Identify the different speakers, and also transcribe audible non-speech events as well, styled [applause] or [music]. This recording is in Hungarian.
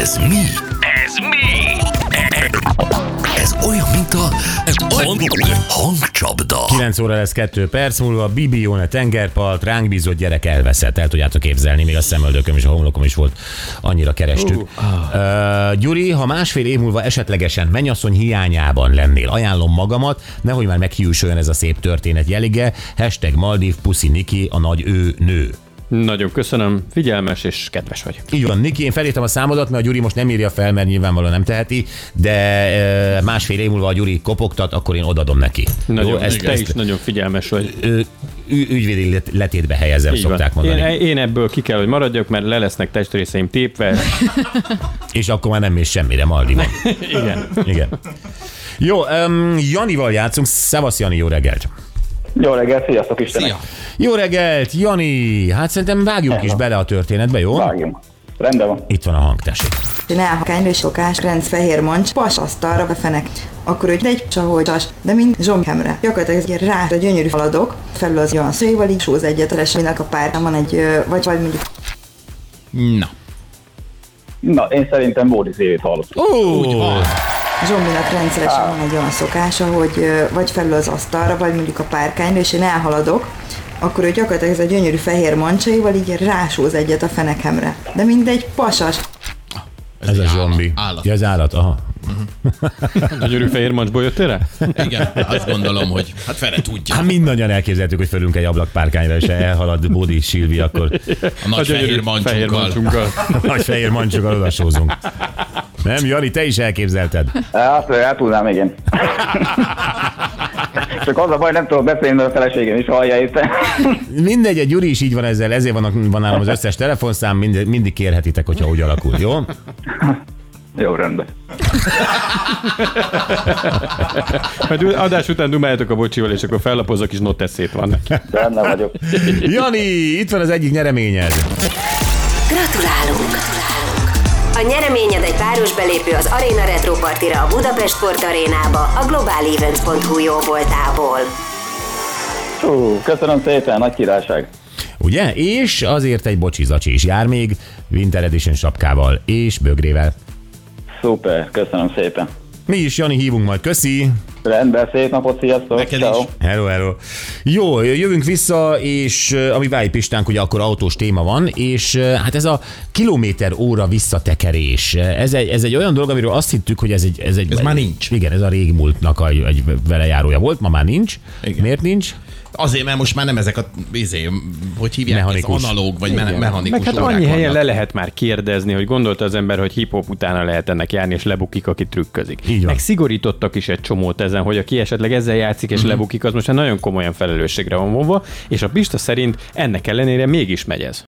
Speaker 1: Ez mi?
Speaker 2: Ez mi?
Speaker 1: Ez olyan, mint a hangcsapda.
Speaker 3: 9 óra lesz 2 perc múlva, Bibi Jóne tengerpart, ránk bízott gyerek elveszett. El tudjátok képzelni, még a szemöldököm és a homlokom is volt, annyira kerestük. Uh, Gyuri, ha másfél év múlva esetlegesen mennyasszony hiányában lennél, ajánlom magamat, nehogy már meghiúsuljon ez a szép történet jelige. Hashtag Maldív, puszi Niki, a nagy ő nő.
Speaker 4: Nagyon köszönöm, figyelmes és kedves vagy.
Speaker 3: Így van, Niki, én felírtam a számodat, mert a Gyuri most nem írja fel, mert nyilvánvalóan nem teheti, de e, másfél év múlva a Gyuri kopogtat, akkor én odadom neki.
Speaker 4: Nagyon,
Speaker 3: ezt,
Speaker 4: ezt, te
Speaker 3: ezt
Speaker 4: is nagyon figyelmes vagy.
Speaker 3: ö, ü- ügyvédi let- letétbe helyezem,
Speaker 4: Így van.
Speaker 3: szokták mondani.
Speaker 4: Én, én ebből ki kell, hogy maradjak, mert le lesznek testrészeim tépve.
Speaker 3: És akkor már nem mész semmire, Maldi van.
Speaker 4: Igen.
Speaker 3: [laughs] Igen. Jó, um, Janival játszunk. Szevasz, Jani, jó reggelt.
Speaker 5: Jó reggel, sziasztok Istenek!
Speaker 6: Szia.
Speaker 3: Jó reggelt, Jani! Hát szerintem vágjunk is bele a történetbe, jó?
Speaker 5: Vágjunk. Rendben van.
Speaker 3: Itt van a hang, tessék.
Speaker 7: Csinál, ha kánylő sokás, rendsz fehér mancs, pas asztalra befenek. Akkor ő egy csaholcsas, de mint zsomkemre. Gyakorlatilag így rá a gyönyörű faladok, felül az olyan szőival, így súz egyet, és minek a pártán van egy, ö, vagy, vagy mondjuk
Speaker 6: Na,
Speaker 5: Na, én szerintem Bódi szívét hallottam.
Speaker 6: úgy van.
Speaker 7: Zsombinak rendszeresen van egy olyan szokása, hogy ö, vagy felül az asztalra, vagy mondjuk a párkányra, és én elhaladok, akkor ő gyakorlatilag ez a gyönyörű fehér mancsaival így rásúz egyet a fenekemre. De mindegy, pasas.
Speaker 3: Ez, Ez a
Speaker 6: egy
Speaker 3: zombi.
Speaker 6: Állat.
Speaker 3: Ja,
Speaker 6: állat.
Speaker 3: az állat, aha.
Speaker 4: Gyönyörű fehér mancsból jöttél rá?
Speaker 6: Igen, azt gondolom, hogy hát Fere tudja.
Speaker 3: Hát mindannyian elképzeltük, hogy fölünk egy ablakpárkányra, és elhalad Bódi Silvi, akkor
Speaker 6: [laughs] A nagy fehér
Speaker 4: fehér
Speaker 6: mancsunkkal.
Speaker 4: mancsunkkal.
Speaker 3: [laughs] nagy fehér mancsokkal odasózunk. Nem, Jani, te is elképzelted.
Speaker 5: Hát, el
Speaker 6: [laughs]
Speaker 5: tudnám, igen. Csak az a baj, nem tudok beszélni, mert a feleségem is hallja itt.
Speaker 6: [laughs]
Speaker 3: Mindegy, egy Gyuri is így van ezzel, ezért van, van nálam az összes telefonszám, mindig, mindig kérhetitek, hogyha úgy alakul, jó?
Speaker 5: Jó, rendben.
Speaker 4: Majd Hát adás után dumáljátok a bocsival, és akkor fellapozza kis notes szét van neki.
Speaker 5: Rendben vagyok.
Speaker 3: Jani, itt van az egyik nyereményed.
Speaker 8: Gratulálunk! A nyereményed egy páros belépő az Arena Retro Partira a Budapest Sport Arénába a globalevents.hu jó voltából.
Speaker 5: Hú, köszönöm szépen, nagy királyság.
Speaker 3: Ugye? És azért egy bocsizacsi is jár még, Winter Edition sapkával és bögrével.
Speaker 5: Szuper, köszönöm szépen.
Speaker 3: Mi is, Jani, hívunk majd, köszi!
Speaker 5: Rendben, szép napot, sziasztok.
Speaker 6: Neked is.
Speaker 5: Ciao.
Speaker 3: Hello, hello. Jó, jövünk vissza, és ö, ami Váj Pistánk, ugye akkor autós téma van, és ö, hát ez a kilométer óra visszatekerés, Eh, ez egy, ez egy olyan dolog, amiről azt hittük, hogy ez egy... Ez, egy,
Speaker 6: Ez már nincs.
Speaker 3: Igen, ez a régmúltnak a, egy velejárója volt, ma már nincs.
Speaker 6: Igen.
Speaker 3: Miért nincs?
Speaker 6: Hát Azért, mert most már nem ezek a, izé, hogy hívják,
Speaker 3: Mechanikus.
Speaker 6: ez analóg vagy me- mechanikus
Speaker 4: Meg hát
Speaker 6: órák
Speaker 4: annyi helyen
Speaker 6: vannak.
Speaker 4: le lehet már kérdezni, hogy gondolta az ember, hogy hip-hop utána lehet ennek járni, és lebukik, aki trükközik.
Speaker 3: Így van.
Speaker 4: Meg szigorítottak is egy csomót ezen, hogy aki esetleg ezzel játszik és lebukik, az most már nagyon komolyan felelősségre van vonva, és a Pista szerint ennek ellenére mégis megy ez.